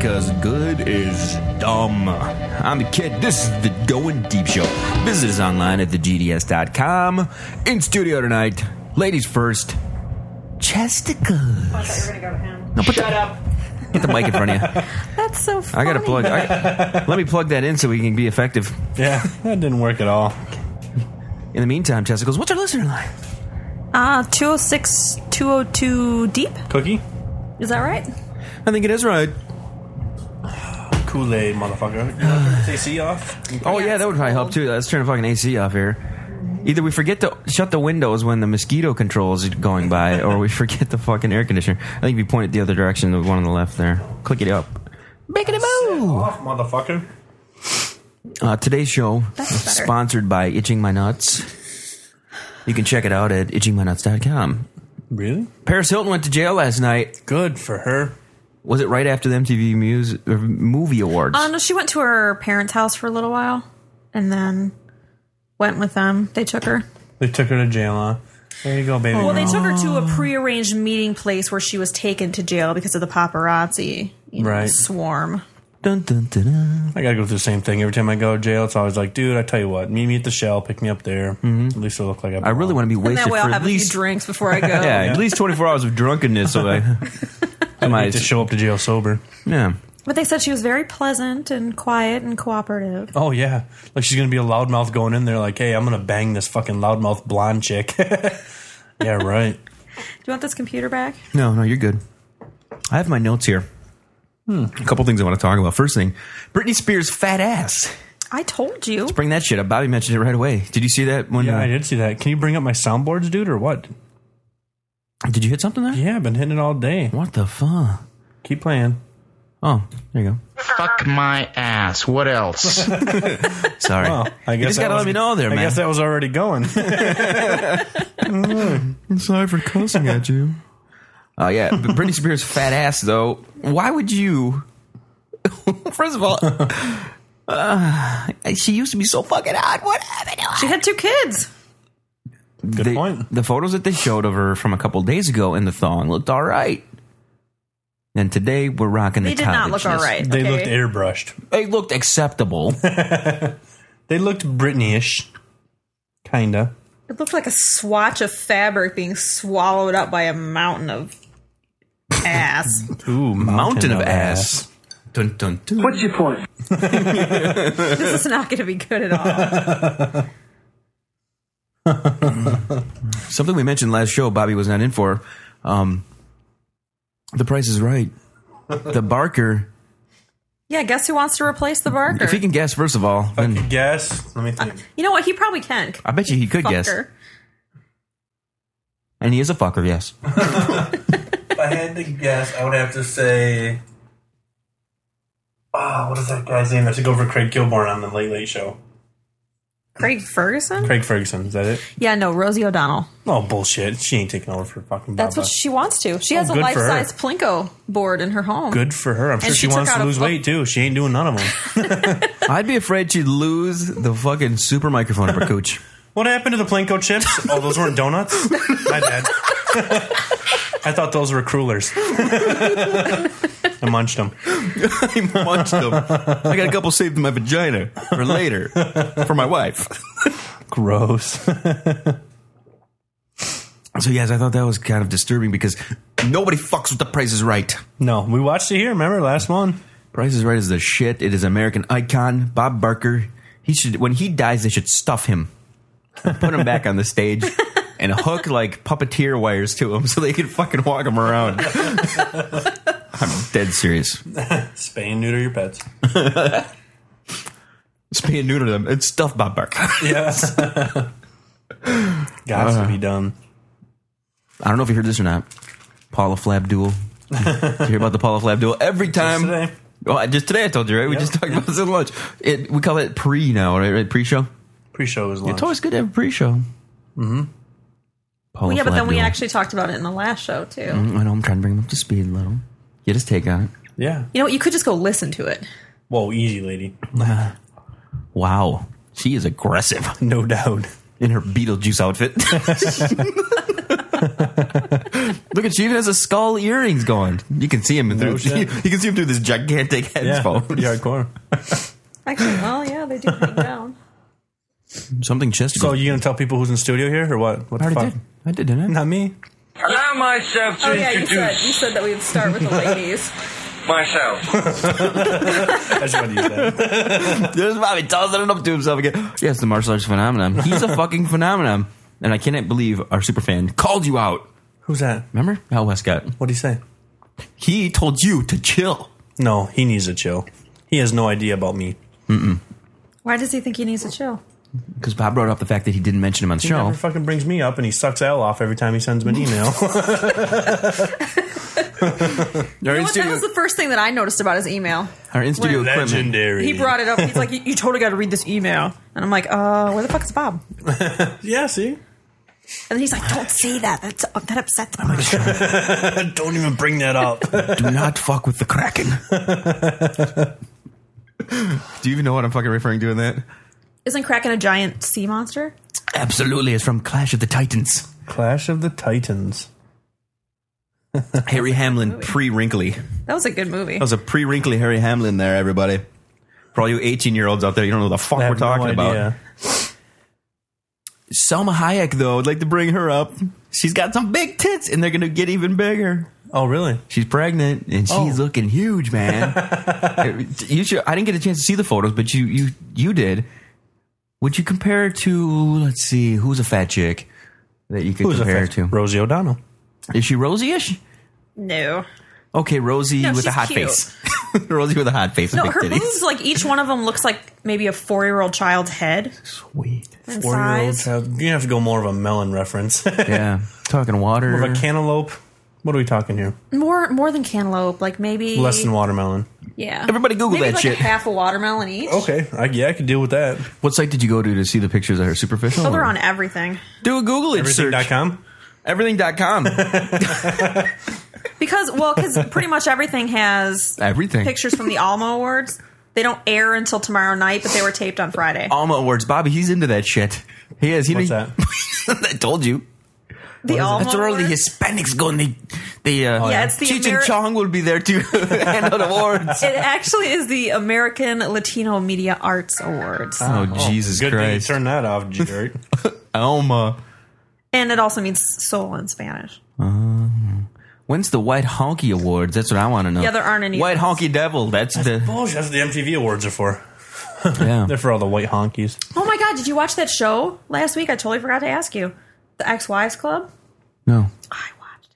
good is dumb. I'm a kid. This is the Going Deep Show. Visit us online at thegds.com. In studio tonight, ladies first, Chesticles. I thought you were gonna go to him. No, put Shut up. Get the mic in front of you. That's so funny. I gotta plug. I, let me plug that in so we can be effective. Yeah, that didn't work at all. In the meantime, Chesticles, what's our listener line? Ah, 206 202 deep. Cookie? Is that right? I think it is right. Kool Aid, motherfucker. Say C off? Oh yeah, Yeah, that would probably help too. Let's turn the fucking AC off here. Either we forget to shut the windows when the mosquito control is going by, or we forget the fucking air conditioner. I think if you point it the other direction, the one on the left there. Click it up. Make it a move. Off, motherfucker. Uh, today's show That's is better. sponsored by Itching My Nuts. You can check it out at itchingmynuts.com. Really? Paris Hilton went to jail last night. Good for her. Was it right after the MTV Muse, or Movie Awards? Uh, no, she went to her parents' house for a little while and then went with them. They took her. They took her to jail, huh? There you go, baby. Well, girl. they took her to a prearranged meeting place where she was taken to jail because of the paparazzi you know, Right. swarm. Dun, dun, dun, dun. I gotta go through the same thing. Every time I go to jail, it's always like, dude, I tell you what, meet me at the shell, pick me up there. At least it'll look like I I really want to be And wasted that way I'll for have at a few least drinks before I go. yeah, at least 24 hours of drunkenness. So I, to my, to show up to jail sober. yeah. But they said she was very pleasant and quiet and cooperative. Oh, yeah. Like she's gonna be a loudmouth going in there, like, hey, I'm gonna bang this fucking loudmouth blonde chick. yeah, right. Do you want this computer back? No, no, you're good. I have my notes here. Hmm. A couple things I want to talk about. First thing, Britney Spears' fat ass. I told you. Bring that shit up. Bobby mentioned it right away. Did you see that? When Yeah, uh, I did see that. Can you bring up my soundboards, dude, or what? Did you hit something there? Yeah, I've been hitting it all day. What the fuck? Keep playing. Oh, there you go. Fuck my ass. What else? Sorry. Oh, I guess you just that gotta was- let me know there, I man. guess that was already going. I'm sorry for cussing at you. Oh yeah, but Britney Spears' fat ass though. Why would you? First of all, uh, she used to be so fucking hot. What happened to her? She had two kids. Good They- point. The photos that they showed of her from a couple days ago in the thong looked all right. And today we're rocking They the did not look cottageness. all right. They okay? looked airbrushed. They looked acceptable. They looked Britney-ish, kinda. It looked like a swatch of fabric being swallowed up by a mountain of ass. Ooh, Mountain of ass. Dun, dun, dun. What's your point? this is not going to be good at all. Something we mentioned last show, Bobby was not in for. Um, the price is right. The Barker. Yeah, guess who wants to replace the Barker? If he can guess, first of all, then Good guess. Let me think. you know what? He probably can. I bet you he could guess. Fucker. And he is a fucker, yes. if I had to guess, I would have to say. Ah, what is that guy's name? That's to go for Craig Kilborn on the Late Late Show. Craig Ferguson? Craig Ferguson, is that it? Yeah, no, Rosie O'Donnell. Oh bullshit! She ain't taking over for fucking. That's Baba. what she wants to. She has a Oh, good for her. life size Plinko board in her home. Good for her. I'm sure And she, she took wants out to a lose fu- weight too. She ain't doing none of them. I'd be afraid she'd lose the fucking super microphone of her cooch. what happened to the Planko chips? Oh, those weren't donuts. My bad. I thought those were crullers. I munched them. I munched them. I got a couple saved in my vagina for later for my wife. Gross. So yes, I thought that was kind of disturbing because nobody fucks with the Price is Right. no, we watched it here. Remember last one? Price is Right is the shit. It is American icon Bob Barker. He should when he dies, they should stuff him, put him back on the stage, and hook like puppeteer wires to him so they can fucking walk him around. I'm dead serious. Spay and neuter your pets. Spay and neuter them and stuff Bob Barker. Yes. Got to be done. I don't know if you heard this or not. Paula Flab duel. Did you hear about the Paula Flab duel? Every time. today. Well, I- just today I told you, right? We Yeah. just talked about this at lunch. It, we call it pre now, right? right? Pre show? Pre-show is lunch. It's always good to have a pre show. Mm hmm. Mm-hmm. Paula yeah, but then Flab we duel. actually talked about it in the last show, too. I know I'm trying to bring them up to speed a little. Get his take on it. yeah. You know what? You could just go listen to it. Whoa, easy lady. Wow. She is aggressive No doubt. in her Beetlejuice outfit. Look at you, even has a skull earrings going. You can see him through. you, shit. can see him through this gigantic Yeah, headphone. pretty hardcore. Actually, well, yeah, they do hang down. Something chest. So you gonna tell people who's in studio here or what? What I the already fuck? did. I did, didn't I? Not me. Allow myself to Oh yeah, you introduce said you said that we'd start with the ladies. myself. I just wanted to use that. There's Bobby tossing it up to himself again. Yes, the martial arts phenomenon. He's a fucking phenomenon. And I cannot believe our super fan called you out. Who's that? Remember? Al Westcott. What do you say? He told you to chill. No, he needs a chill. He has no idea about me. Why does he think he needs a chill? Because Bob brought up the fact that he didn't mention him on the He show. never fucking brings me up, and he sucks Al off every time he sends me an email. Our, You know in what? That studio, was the first thing that I noticed about his email. our in studio Wait. equipment. He brought it up. He's like, "You, you totally got to read this email," and I'm like, "Uh, where the fuck is Bob?" Yeah, see, And he's like, "Don't say that. That's uh, that upsets me." don't even bring that up. Do not fuck with the Kraken. Do you even know what I'm fucking referring to in that? Isn't Kraken a giant sea monster? Absolutely. It's from Clash of the Titans. Clash of the Titans. Harry Hamlin pre wrinkly. That That was a good movie. was a pre wrinkly Harry Hamlin there, everybody. For all you 18 year olds out there, you don't know what the fuck I we're have no talking about. idea. Selma Hayek, though, I'd like to bring her up. She's got some big tits, and they're going to get even bigger. Oh, really? She's pregnant, and she's Oh. looking huge, man. you should. I didn't get a chance to see the photos, but you you you did. Would you compare her to? Let's see, who's a fat chick that you could compare her fact- to? Rosie O'Donnell? Is she Rosie-ish? No, Okay, Rosie No, with a she's hot cute. face. Rosie with a hot face. and no, big her titties. boobs like each one of them looks like maybe a four year old child's head Sweet. in Four-year-old size. child. You have to go more of a melon reference. more Yeah, talking water. of a cantaloupe. What are we talking here? More more than cantaloupe, like maybe Less than watermelon. Yeah, Everybody Google maybe that like shit. A half a watermelon each. Okay, I, yeah, I could deal with that. what site did you go to to see the pictures of her superficial? So they're or- on everything Do a Google it search. Everything.com? Everything.com. because well, because pretty much everything has Everything. pictures from the Alma Awards. They don't air until tomorrow night, but they were taped on Friday. Alma Awards. Bobby, he's into that shit. He is. He What's that? I told you. the Alma That's where all the Awards? Oh, Hispanics go. And they, they, uh, Yeah, it's the Cheech and Ameri- Chong will be there to hand out awards. It actually is the American Latino Media Arts Awards, Oh, Jesus Good thing you Christ. turned that off, Jerry. Alma. and it also means soul in Spanish. When's the White Honky Awards? That's what I want to know. Yeah, there aren't any White of those. Honky Devil. That's the. Bullshit, Oh, that's what the MTV awards are for. Yeah. They're for all the white honkies. Oh my God! Did you watch that show last week? I totally forgot to ask you. The Ex-Wives Club. No. I watched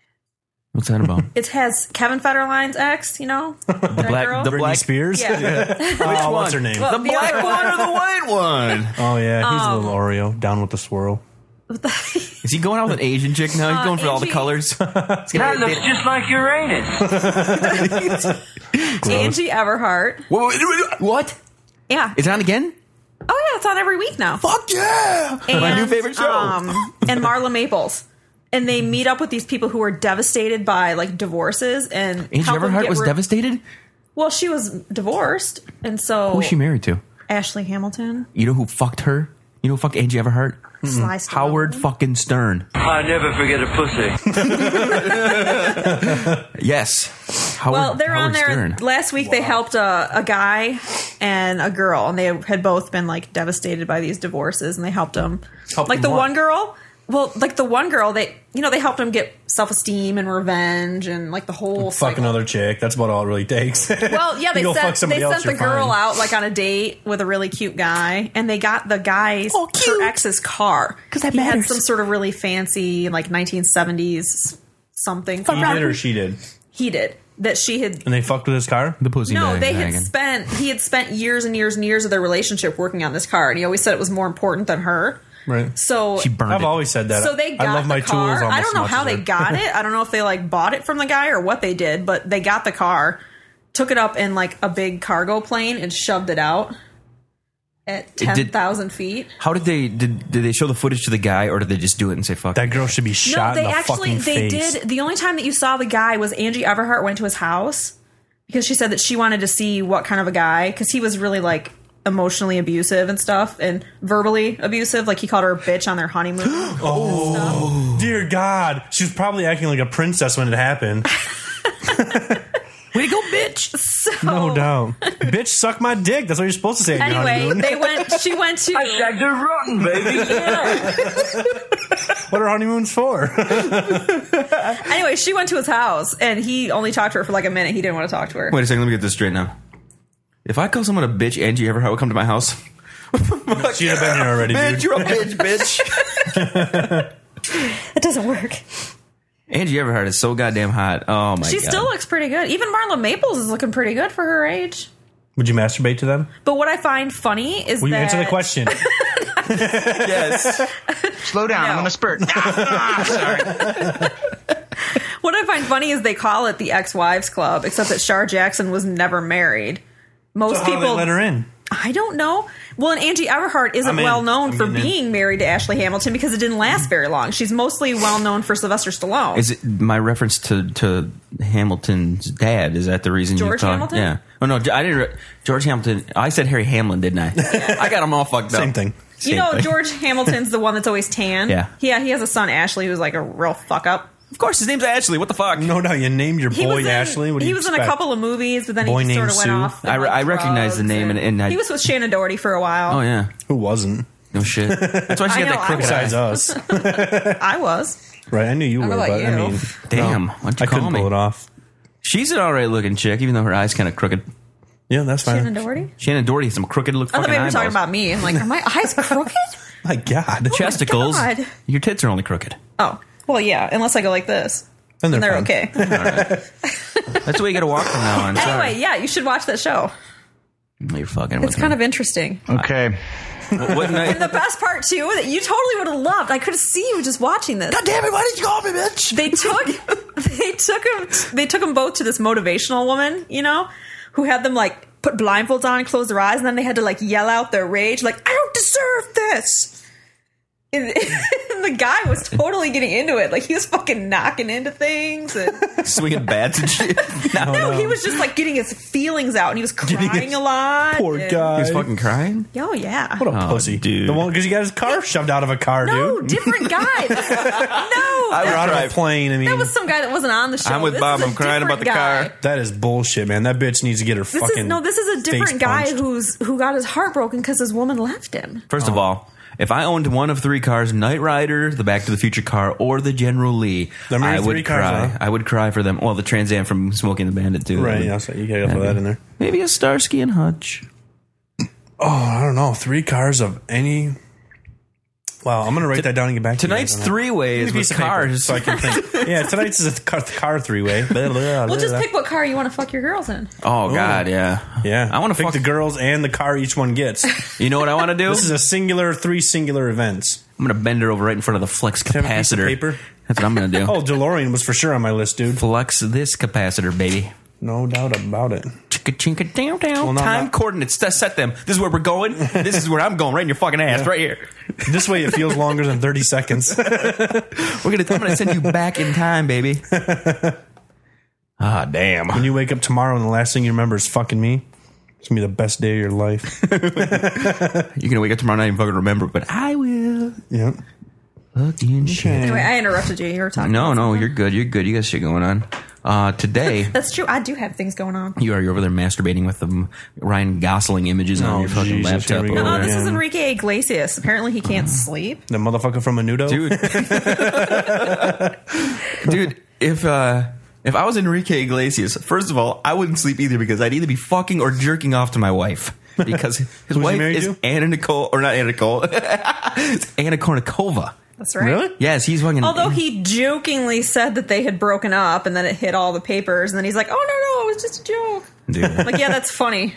What's that about? it. It has Kevin Federline's ex. You know the black- girl? the Britney Black- Spears? Yeah. Oh, what's her name? Well, The the black other one one. or the white one? Oh, yeah, he's a um, little Oreo. Down with the swirl. Is he going out with an Asian chick now? He's Uh, going for all the Asian- colors. He's gonna- That looks just like Uranus. Angie Everhart. Whoa, wait, wait, what? Yeah. Is it on again? oh yeah, it's on every week now. Fuck yeah! My new favorite show. Um, and Marla Maples. And they meet up with these people who are devastated by like divorces and Angie help them Everhart get was re- devastated. Well, she was divorced, and so Who's she married to? Ashley Hamilton, You know who fucked her? You know who fucked Angie Everhart? Sly Stallone. Howard fucking Stern. I never forget a pussy. Yes. Howard, Well, they're Howard on there. Stern. Last week they helped a, a guy and a girl, and they had both been like devastated by these divorces, and they helped them. Helped like the them what? one girl, well, like the one girl, they you know they helped him get self esteem and revenge and like the whole Fuck cycle. another chick. That's about all it really takes. Well, yeah, You they go sent fuck somebody they else, sent the you're girl fine. out like on a date with a really cute guy, and they got the guy's Oh, cute. her ex's car because that he had matters. some sort of really fancy like 1970s something. He did or she did. He did that she had. And they fucked with his car? the pussy. No, bag they had wagon. spent he had spent years and years and years of their relationship working on this car, and he always said it was more important than her. Right. So She burned I've it. always said that. so they got I love the my car. tools almost I don't as know much how as they her. got it. I don't know if they like bought it from the guy or what they did, but they got the car, took it up in like a big cargo plane and shoved it out at It ten did- thousand feet. How did they did, did they show the footage to the guy or did they just do it and say fuck? That girl should be shot no, in they the actually fucking they face. did. The only time that you saw the guy was Angie Everhart went to his house because she said that she wanted to see what kind of a guy because he was really like emotionally abusive and stuff, and verbally abusive. Like he called her a bitch on their honeymoon. Dear God, she was probably acting like a princess when it happened. Way to go, bitch! So No doubt. Bitch, suck my dick. That's what you're supposed to say. at your Oh. anyway, honeymoon. they went. She went I to. shagged her rotten, baby. Yeah. what are honeymoons for? Anyway, she went to his house, and he only talked to her for like a minute. He didn't want to talk to her. Wait a second, let me get this straight now. If I call someone a bitch and you ever how come to my house, She'd have been here already, bitch, dude. you're a bitch, bitch. It doesn't work. Angie Everhart is so goddamn hot. Oh my She god. still looks pretty good. Even Marla Maples is looking pretty good for her age. Would you masturbate to them? But what I find funny is Will you that answer the question? yes. Slow down. No. I'm gonna spurt. Ah, sorry. What I find funny is they call it the ex-wives club, except that Shar Jackson was never married. Most How do they people, let her in? I don't know. Well, and Angie Everhart isn't I'm in. well known I'm for getting in. being married to Ashley Hamilton because it didn't last very long. She's mostly well known for Sylvester Stallone. Is it my reference to, to Hamilton's dad? Is that the reason you George thought? Hamilton? Yeah. Oh no, I didn't. Re- George Hamilton. I said Harry Hamlin, didn't I? I got him all fucked up. Same thing. you Same know, thing. George Hamilton's the one that's always tan. Yeah. yeah, he has a son Ashley who's like a real fuck up. Of course, his name's Ashley. What the fuck? No doubt. You named your He boy was in, Ashley. What do he you was in a expect? couple of movies, but then Boy he sort named of went Sue. off. with, I re- like, I recognize the drugs name and- and I- he was with Shannon Doherty for a while. Oh yeah. Who wasn't? No shit. That's why she I got know, that I crooked was- eye. Besides us. I was. Right. I knew you don't were, know but about I you. mean. Damn. no, Why don't you I call couldn't me? pull it off. She's an alright looking chick, even though her eyes kind of crooked. Yeah, that's fine. Shannon Doherty. Shannon Doherty has some crooked look. I thought fucking maybe we were talking eyeballs. about me. I'm like, are my eyes crooked? My God. chesticles. God. Your tits are only crooked. Oh, well, yeah. Unless I go like this, And and they're fine. okay. That's the way you got to walk from now on. Sorry. anyway, yeah, you should watch that show. You're fucking. It's kind of interesting. Okay. of. What night? The best part too that you totally would have loved. I could see you just watching this. Damn it! Why did you call me, bitch? They took they took them they took them both to this motivational woman, you know, who had them like put blindfolds on, close their eyes, and then they had to like yell out their rage, like I don't deserve this. And, and the guy was totally getting into it. Like he was fucking knocking into things and Swinging bats and shit. No, No, he was just like getting his feelings out, and he was crying his- a lot. Poor and- guy. He was fucking crying. Oh yeah. What a Oh, pussy, dude. The one because he got his car shoved out of a car, No, dude. different guy. no, Or that, out of Right. a plane. I mean, that was some guy that wasn't on the show. I'm with This Bob. is a I'm crying about different the guy. car. that is bullshit, man. That bitch needs to get her This fucking. is no. This is a different face guy punched. who's who got his heart broken because his woman left him. First Oh. of all, if I owned one of three cars, Knight Rider, the Back to the Future car, or the General Lee, Them are I your would three cars, cry. huh? I would cry for them. Well, the Trans Am from Smoking the Bandit too. Right, Would- yeah, so you gotta throw that in there. Maybe a Starsky and Hutch. Oh, I don't know. Three cars of any. Wow, I'm gonna write that down and get back to you Tonight's guys on that. three ways Give me a with piece of paper cars. so I can think. yeah, tonight's is a car, car three way. Well, just pick what car you want to fuck your girls in. oh God, yeah, Yeah, I want to pick fuck the the girl. girls and the car each one gets. You know what I want to do? this is a singular, three singular events. I'm gonna bend her over right in front of the flex have a piece of capacitor. paper? That's what I'm gonna do. Oh, DeLorean was for sure on my list, dude. Flex this capacitor, baby. No doubt about it. Chicka chinka down down. no, I'm Time not- coordinates. Set set them. This is where we're going. this is where I'm going. Right in your fucking ass. Right here. This way, it feels longer than thirty seconds. We're gonna. I'm gonna send you back in time, baby. ah, damn. When you wake up tomorrow and the last thing you remember is fucking me, it's gonna be the best day of your life. You're gonna wake up tomorrow night and fucking remember, but I will. yep. Fucking shit. Anyway, I interrupted you. You were talking. No, about no, something. you're good. You're good. You got shit going on. Uh, today. That's true. I do have things going on. You are you're over there masturbating with the Ryan Gosling images on Oh, your fucking Jesus, laptop here we go. over Oh, this there. is Yeah. Enrique Iglesias. Apparently, he can't sleep. The motherfucker from Menudo. dude. dude, if uh, if I was Enrique Iglesias, first of all, I wouldn't sleep either because I'd either be fucking or jerking off to my wife because his he wife married is to? Anna Nicole or not Anna Nicole, it's Anna Kournikova. That's right. Yes, he's fucking. Although he jokingly said that they had broken up and then it hit all the papers, and then he's like, oh, no, no, it was just a joke. dude, Like, yeah, that's funny.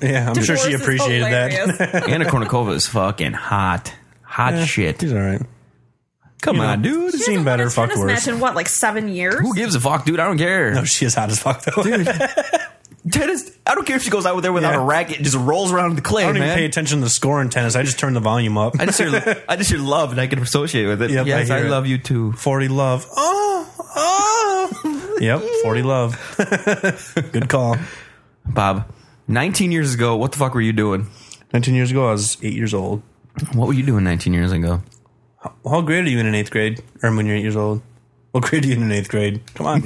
Yeah, I'm sure Divorce she is appreciated that. hilarious. Anna Kournikova is fucking hot, hot shit. He's all right. Come you know, on, dude. Seen Hasn't won better, a fucked tennis worse. match in what, like seven years? Who gives a fuck, dude? I don't care. No, she is hot as fuck though. I Tennis. I don't care if she goes out there without Yeah. a racket, and just rolls around the clay, don't even man. pay attention to the score in tennis. I just turn the volume up. I just hear, I just hear love, and I can associate with it. Yep, I yes, I, hear it. love you too. Forty love. Oh, oh. yep, forty love. Good call. Bob, 19 years ago, what the fuck were you doing? 19 years ago, I was eight years old. What were you doing 19 years ago? How grade are you in an eighth grade? Or when you're eight years old? What grade are you in an eighth grade? Come on.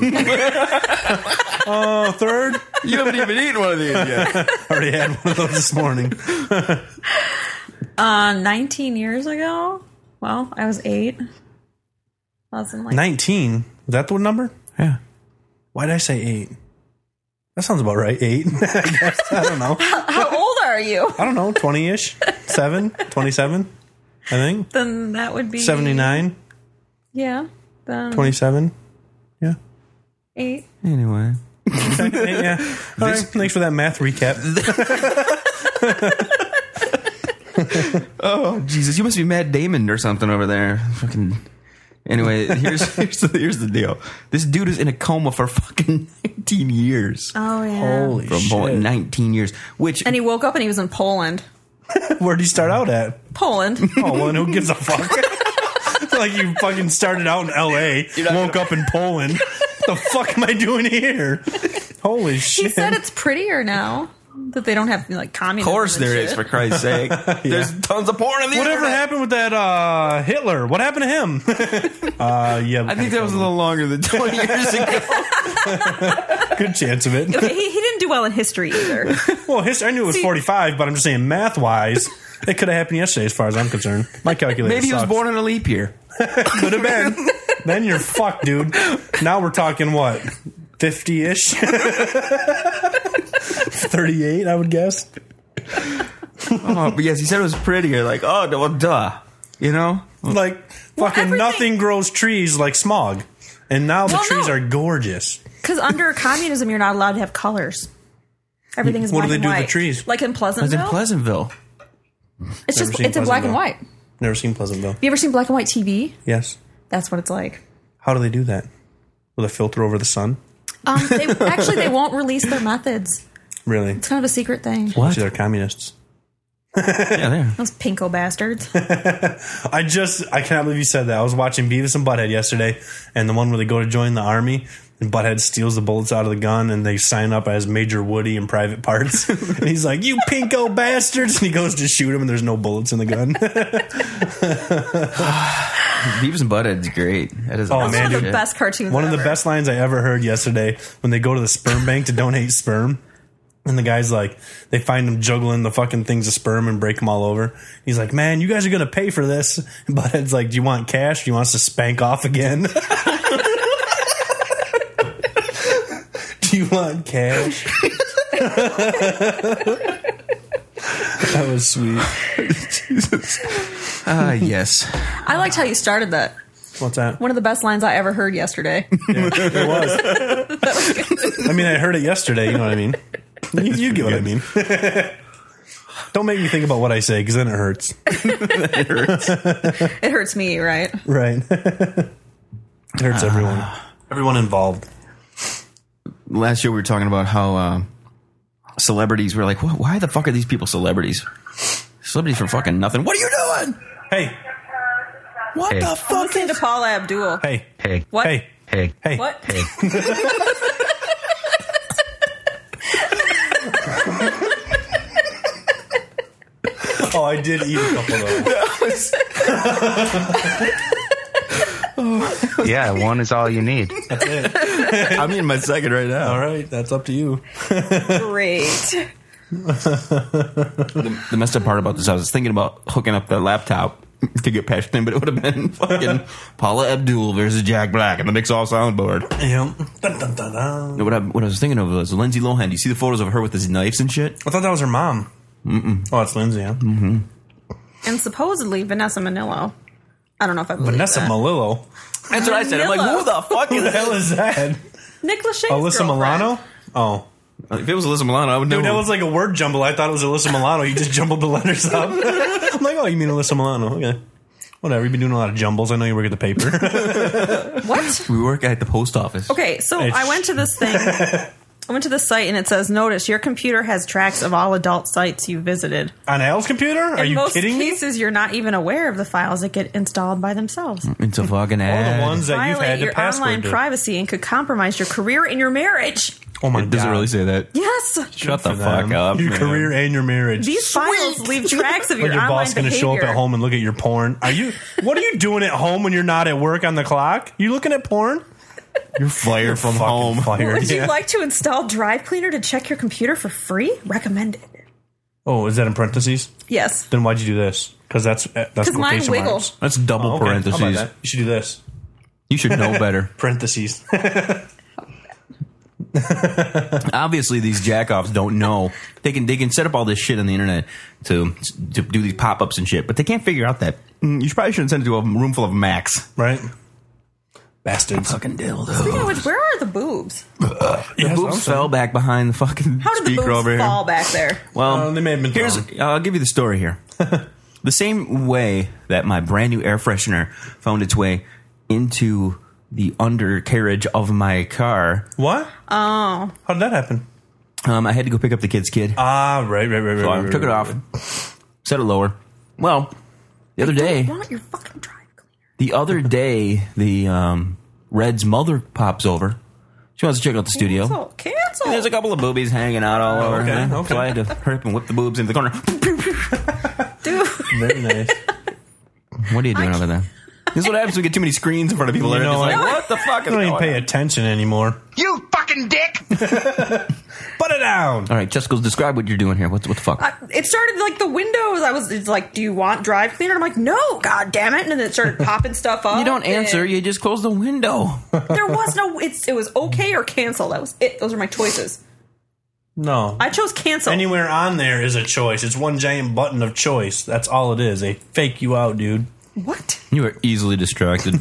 Oh, third? You haven't even eaten one of these yet. Already had one of those this morning. Uh, 19 years ago? Well, I was eight. I was in like 19? Is that the number? Yeah. Why did I say eight? That sounds about right. Eight. I, guess. I don't know. How old are you? I don't know. 20 ish? Seven? 27? I think. Then that would be 79? Yeah. Then 27? Yeah. eight. Anyway. yeah. All right. Thanks for that math recap. Oh, Jesus. You must be Matt Damon or something over there. Fucking. Anyway, here's, here's, the, here's the deal. This dude is in a coma for fucking 19 years. Oh yeah. From about 19 years. Which. And he woke up and he was in Poland. Where'd you start out at? Poland. Oh, well, then who gives a fuck? like you fucking started out in L.A., woke up in Poland. the fuck am I doing here? Holy shit! He said it's prettier now that they don't have like communism. of course and there is, shit. for Christ's sake. There's tons of porn on the Whatever internet. happened with that uh, Hitler? What happened to him? uh, yeah, I think that was a little longer than 20 years ago. good chance of it. Okay, he, he didn't do well in history either. Well, his, I knew it was See- 45, but I'm just saying math wise, it could have happened yesterday, as far as I'm concerned. My calculator. Maybe he was sucks. born in a leap year. Could have been. then you're fucked, dude. Now we're talking what? 50 ish? 38, I would guess. Oh, but yes, he said it was prettier. Like, oh, d- well, duh. You know? Like, fucking everything- nothing grows trees like smog. And now the Well, trees no. are gorgeous. Because under communism, you're not allowed to have colors. Everything is What do black they and do with white. the trees? Like in I was Pleasantville, in Pleasantville. it's just Never seen it's in black and white. Pleasantville. Have Never seen Pleasantville. you ever seen black and white TV? Yes. That's what it's like. How do they do that? With a filter over the sun? Um, they, actually, they won't release their methods. Really? It's kind of a secret thing. What? They're communists. Yeah, there. Those pinko bastards. I just I cannot believe you said that. I was watching Beavis and Butthead yesterday, and the one where they go to join the army, and Butthead steals the bullets out of the gun, and they sign up as Major Woody in private parts. and he's like, "You pinko bastards!" And he goes to shoot him, and there's no bullets in the gun. Beavis and Butthead's great. That is Oh, awesome man, One of the shit. best cartoons. one of the ever. best lines I ever heard yesterday when they go to the sperm bank to donate sperm. And the guy's like, they find him juggling the fucking things of sperm and break them all over. He's like, man, you guys are going to pay for this. But it's like, do you want cash? Do you want us to spank off again? do you want cash? that was sweet. Ah, yes. I liked how you started that. What's that? One of the best lines I ever heard yesterday. It was. I mean, I heard it yesterday. You know what I mean? You, you get what I mean. Don't make me think about what I say because then it hurts. it hurts me, right? Right. it hurts everyone. Everyone involved. Last year we were talking about how uh, celebrities were like, "Why- why the fuck are these people celebrities? Celebrities for fucking nothing. What are you doing? Hey, What Hey. the I'm fuck? listening to Paula Abdul. hey, Hey. What? hey, Hey. hey. What? Hey. Oh, I did eat a couple of those. Yeah, one is all you need. I'm in my second right now. All right, that's up to you. Great. The messed up part about this, I was thinking about hooking up the laptop to get patched in, but it would have been fucking Paula Abdul versus Jack Black and the Mix All soundboard. Yeah. Dun, dun, dun, dun. What I, what I was thinking of was Lindsay Lohan. Do you see the photos of her with his knives and shit? I thought that was her mom. Mm-mm. Oh, it's Lindsay. Huh? And supposedly Vanessa Manillo. I don't know if I believe Vanessa that. Malillo. That's what I said. I'm like, who the fuck Who is the that? hell is that? Nick Lachey's Alyssa girlfriend. Milano? Oh. If it was Alyssa Milano, I would know. Dude, that was like a word jumble. I thought it was Alyssa Milano. You just jumbled the letters up. I'm like, oh, you mean Alyssa Milano? Okay. Whatever. You've been doing a lot of jumbles. I know you work at the paper. What? we work at the post office. Okay, so It's- I went to this thing. I went to this site and it says, "Notice your computer has tracks of all adult sites you visited." On Al's computer? Are In you most kidding me? cases, you're not even aware of the files that get installed by themselves. It's a fucking All ad. the ones that you've Violate had to your password online to. privacy and could compromise your career and your marriage. Oh my It doesn't God. really say that. Yes. Shut the for fuck them. up. Your man. career and your marriage. These files leave tracks of your, Like your online boss going to show up behavior. at home and look at your porn. Are you? What are you doing at home when you're not at work on the clock? You looking at porn? You're fired from home. Fired. Would you yeah. like to install Drive Cleaner to check your computer for free? Recommended. oh, is that in parentheses? Yes. Then why'd you do this? Because that's uh, that's Because mine quotation wiggle. marks. That's double Oh, okay. How about parentheses. that? You should do this. You should know better. Parentheses. Obviously, these jackoffs don't know. They can they can set up all this shit on the internet to to do these pop ups and shit, but they can't figure out that mm, you probably shouldn't send it to a room full of Macs. right? Bastards. Fucking Speaking of dildo. which, where are the boobs? The Yes, I'm boobs sorry. fell back behind the fucking How did the speaker boobs over here. fall back there? Well, Uh, they may have been Here's, thrown. I'll give you the story here. the same way that my brand new air freshener found its way into the undercarriage of my car, What? Oh. How did that happen? um, I had to go pick up the kid's kid. Ah, right, right, right, right. So I right, took it right, off, right. set it lower. Well, the other day, Want your fucking Drive Cleaner? the other day, the um, Red's mother pops over. She wants to check out the studio. Cancel. Cancel. And There's a couple of boobies hanging out all over. okay, huh? okay. So I had to hurry up and whip the boobs into the corner. Dude. Very nice. What are you doing over there? This is what happens when we get too many screens in front of people. You They're know just like, what? what the fuck I is don't even going pay on? attention anymore. You fucking dick! Put it down. All right, Chesticles, describe what you're doing here. What, what the fuck? I- it started like the windows. I was it's like, "Do you want drive cleaner?" I'm like, "No, god damn it!" And then it started popping stuff up. you don't and answer. You just close the window. There was no. It's it was okay or cancel. That was it. Those are my choices. No. I chose cancel. Anywhere on there is a choice. It's one giant button of choice. That's all it is. They fake you out, dude. what? You are easily distracted.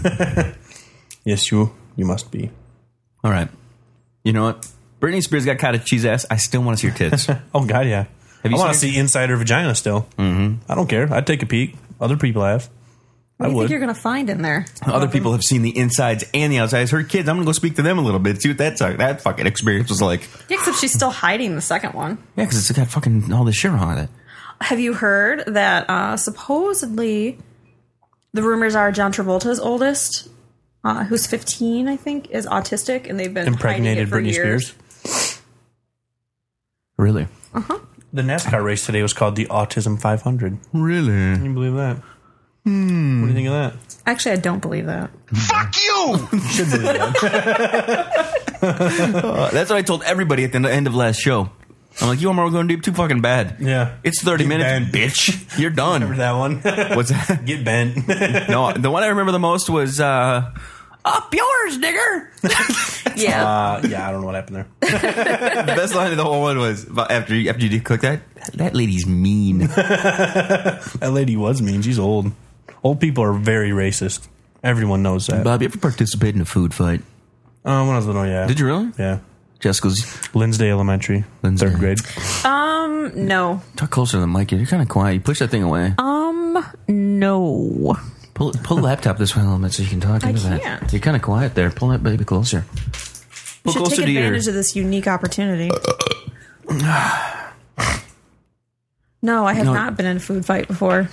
Yes, you you must be. All right. You know what? Britney Spears got caught at cheese ass. I still want to see her tits. Oh God, yeah. Have you I want to seen see inside her vagina still. Mm-hmm. I don't care. I'd take a peek. Other people have. What I do you would. think you're gonna find in there? Other people have seen the insides and the outsides. Her kids. I'm gonna go speak to them a little bit. See what that that fucking experience was like. Yeah, except she's still hiding the second one. Yeah, because it's got fucking all this shit wrong with it. Have you heard that uh, supposedly the rumors are John Travolta's oldest, uh, who's 15, I think, is autistic, and they've been Impregnated hiding Britney it for years. Spears. Really? The NASCAR race today was called the Autism 500. Can Really? you believe that? Hmm. What do you think of that? Actually, I don't believe that. Fuck you! Uh, that's what I told everybody at the end of last show. I'm like, you want more going deep too fucking bad. Yeah. It's 30 minutes, banned. bitch. You're done. That one. What's that? Get bent. No, the one I remember the most was uh, up yours, nigger. Yeah. uh, yeah, I don't know what happened there. The best line of the whole one was after you, after you did click that. That lady's mean. That lady was mean. She's old. Old people are very racist. Everyone knows that. Bob, you ever participated in a food fight? Uh, when I was little, yeah. Did you really? Yeah. Jessica's Lindsay Elementary, Lindsay. third grade. um, no. talk closer to the mic. You're kind of quiet. You push that thing away. Um, no. Pull pull the laptop this way a little bit so you can talk I into that. can't. You're kind of quiet there. Pull that baby closer. You Pull should take closer to your. advantage of this unique opportunity. no, I have No. not been in a food fight before.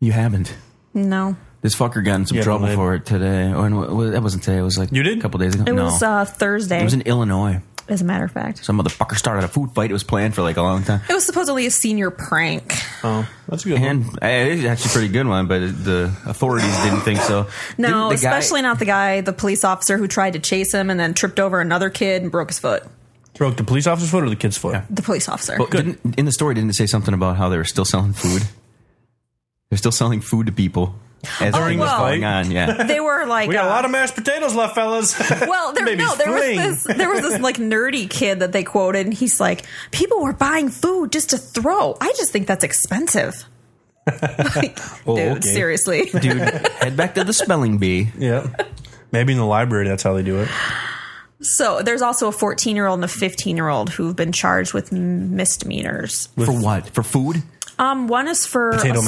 you haven't. No. This fucker got in some You haven't trouble lived. for it today. Or no, it was- that wasn't today. It was like You did? a couple days ago. It no, was uh, Thursday, it was in Illinois. as a matter of fact. Some motherfucker started a food fight. It was planned for like a long time. It was supposedly a senior prank. Oh, that's a good. one. And uh, it's actually a pretty good one, but the authorities didn't think so. Didn't No, the guy- especially not the guy, the police officer who tried to chase him and then tripped over another kid and broke his foot. Broke the police officer's foot or the kid's foot? Yeah. The police officer. But didn't, in the story, didn't it say something about how they were still selling food? They're still selling food to people as Oh, everything was well. going on. Yeah, they were like, We got a uh, lot of mashed potatoes left, fellas. well, there, Baby's no, there was fling. this, there was this like nerdy kid that they quoted, and he's like, "People were buying food just to throw. I just think that's expensive." Like, dude, Oh, okay. seriously. dude, head back to the spelling bee. yeah. Maybe in the library, that's how they do it. So there's also a 14 year old and a 15 year old who've been charged with m- misdemeanors. For what? For food? Um, one is for Potato assault.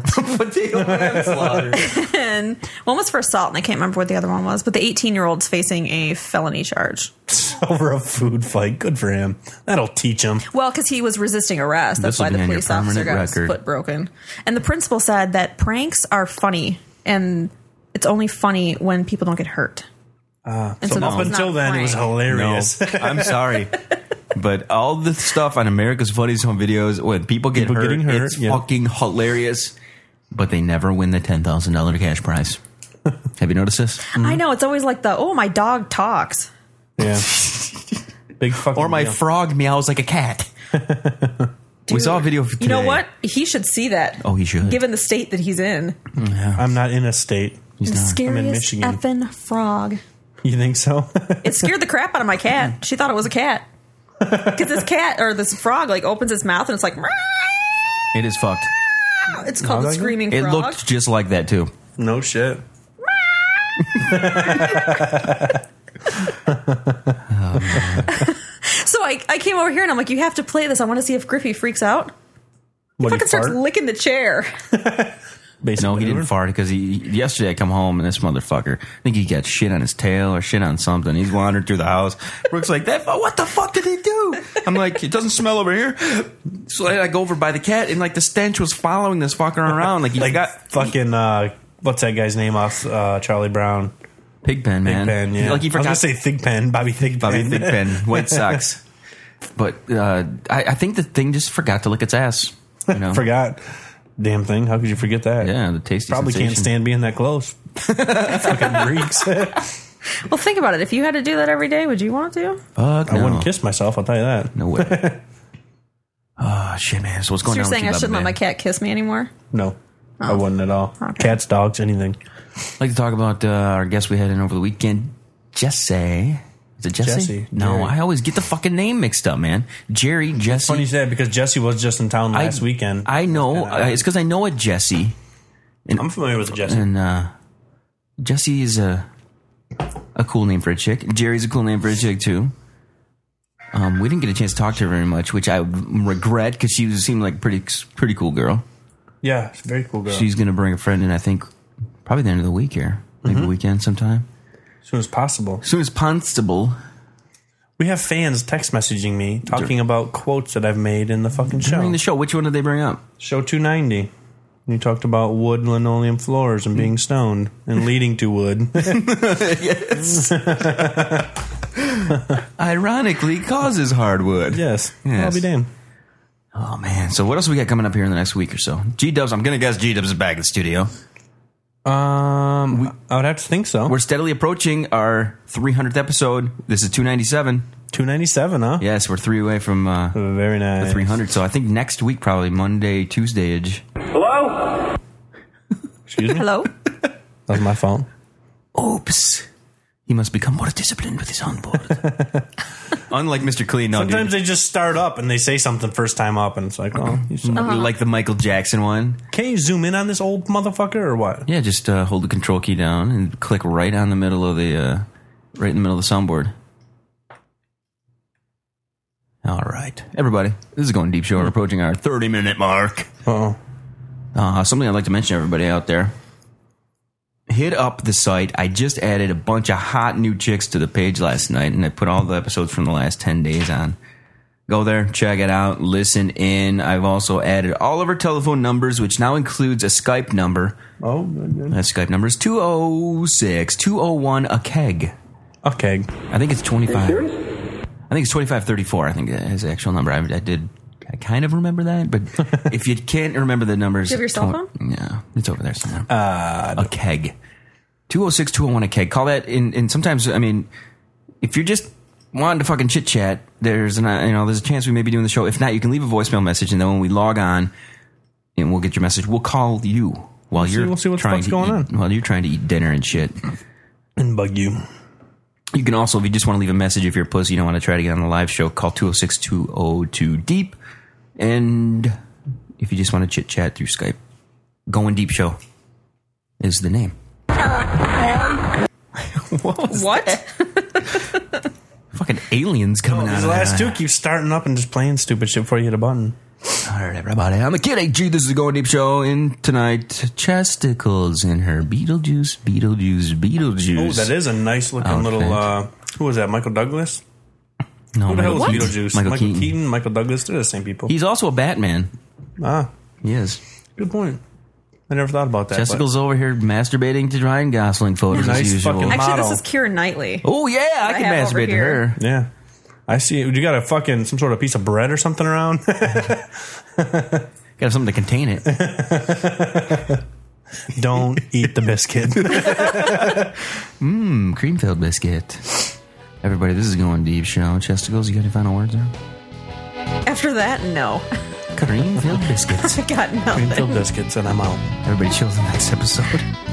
manslaughter. Potato manslaughter. and one was for assault, and I can't remember what the other one was. But the 18 year old's facing a felony charge. Over a food fight. Good for him. That'll teach him. Well, because he was resisting arrest. That's This'll why be the on your police officer permanent got his record. foot broken. And the principal said that pranks are funny, and it's only funny when people don't get hurt. and so Ah, Up this was until not then, it was playing. No, hilarious. I'm sorry. But all the stuff on America's Funniest Home Videos, when people get People hurt, getting hurt, it's yeah. fucking hilarious. But they never win the ten thousand dollar cash prize. Have you noticed this? Mm, I know it's always like the oh my dog talks. yeah. Big fucking. Or my deal. frog meows like a cat. we saw a video. Today. You know what? He should see that. Oh, he should. Given the state that he's in, I'm not in a state. He's the not. scariest Michigan. effing frog. You think so? It scared the crap out of my cat. She thought it was a cat because this cat or this frog like opens its mouth and it's like "Meow." It is fucked. it's called the like it? screaming It frog. looked just like that too. no shit. so I, I came over here and I'm like, you have to play this. I want to see if Griffey freaks out. What Fucking he starts fart? licking the chair. Basic No, he maneuver? didn't fart because he yesterday I come home and this motherfucker. I think he got shit on his tail or shit on something. He's wandering through the house. Brooke's like, "That what the fuck did he do?" I'm like, "It doesn't smell over here." So then I go over by the cat and like the stench was following this fucker around. Like he Like got fucking uh, what's that guy's name off uh, Charlie Brown? Pigpen, man. Pen, yeah. Like he I forgot was gonna say Thigpen, Bobby Thigpen. Bobby Pigpen, White Sox. But uh, I, I think the thing just forgot to lick its ass. You know? Forgot. Damn thing. How could you forget that? Yeah, the tasty. Probably sensation. can't stand being that close. fucking Greeks. well, think about it. If you had to do that every day, would you want to? Oh, Fuck, I no. wouldn't kiss myself. I'll tell you that. No way. oh shit, man. So what's So going you're on? with saying you, I Bobby shouldn't let Van? my cat kiss me anymore? No, I Oh. wouldn't at all. Cats, dogs, anything. I'd like to talk about uh, our guest we had in over the weekend, Jesse. Is it Jesse? Jesse, No, Jerry. I always get the fucking name mixed up, man. Jerry, Jesse. Funny you say that because Jesse was just in town I- last weekend. I know. And I- uh, it's because I know a Jesse, I'm familiar with Jesse. and uh, Jesse is a a cool name for a chick. Jerry's a cool name for a chick too. Um, we didn't get a chance to talk to her very much, which I regret because she was, seemed like a pretty pretty cool girl. Yeah, she's a very cool girl. She's gonna bring a friend in. I think probably the end of the week here, maybe Mm-hmm. weekend sometime. as soon as possible. As soon as Constable We have fans text messaging me talking about quotes that I've made in the fucking show. during the show, which one did they bring up? Show 290. You talked about wood linoleum floors and being stoned and leading to wood. ironically causes hardwood. yes. Yes. I'll be damned. Oh man. So what else we got coming up here in the next week or so? G Dubs. I'm gonna guess G Dubs is back in the studio. Um, I would have to think so. We're steadily approaching our 300th episode. This is 297. 297, huh? Yes, we're three away from uh, Very nice. 300. So I think next week, probably Monday, Tuesday edge. Excuse me? Hello? That was my fault. Oops. He must become more disciplined with his onboard. Unlike Mr. Clean, no, dude. Sometimes they just start up and they say something first time up, and it's like, oh, you Mm. suck. like the Michael Jackson one. can you zoom in on this old motherfucker or what? Yeah, just uh, hold the control key down and click right on the middle of the uh, right in the middle of the soundboard. All right, everybody, this is going deep. Show we're approaching our thirty minute mark. Oh, Uh, something I'd like to mention, to everybody out there, hit up the site. I just added a bunch of hot new chicks to the page last night, and I put all the episodes from the last ten days on. Go there, check it out, listen in. I've also added all of our telephone numbers, which now includes a Skype number. oh, good, good. That Skype number is 206 201 a keg. okay. I think it's 25. I think it's 2534. I think that is the actual number. I, I did. I kind of remember that, but if you can't remember the numbers. Do you have your cell don't- Yeah, it's over there somewhere. Uh, a keg. 206 201 a keg. Call that in. And sometimes, I mean, if you're just wanting to fucking chit chat, there's an, uh, you know there's a chance we may be doing the show. If not, you can leave a voicemail message, and then when we log on, and we'll get your message. We'll call you while you're we'll see what the trying fuck's to going eat, while you're trying to eat dinner and shit. And bug you. You can also, if you just want to leave a message, if you're a pussy, you don't want to try to get on the live show, call 206 202 Deep. E And if you just want to chit chat through Skype, Going Deep Show is the name. What? Fucking aliens coming out Oh, These of that. last two keep starting up and just playing stupid shit before you hit a button. All right, everybody. I'm a kid AG. This is the Going Deep Show. And tonight, Chesticles and her Beetlejuice, Beetlejuice, Beetlejuice. Oh, that is a nice looking Outfit. little. Uh, who was that? Michael Douglas. No, Who the hell was Keaton. Beetlejuice? Michael, Keaton. Michael Douglas. They're the same people. He's also a Batman. ah, He is. good point. I never thought about that. but- Jessica's over here masturbating to Ryan Gosling photos Nice as usual. fucking- Actually, this Model. is Kieran Knightley. Oh yeah, I, I can have over masturbate to here. her. Yeah. I see. You got a fucking some sort of piece of bread or something around. Got to have something to contain it. Don't eat the biscuit. cream filled biscuit. Everybody, this is going deep show. Chesticles, you got any final words there? After that, no. Cream filled biscuits. I got nothing. Greenfield biscuits, and I'm out. Everybody, chill the next episode.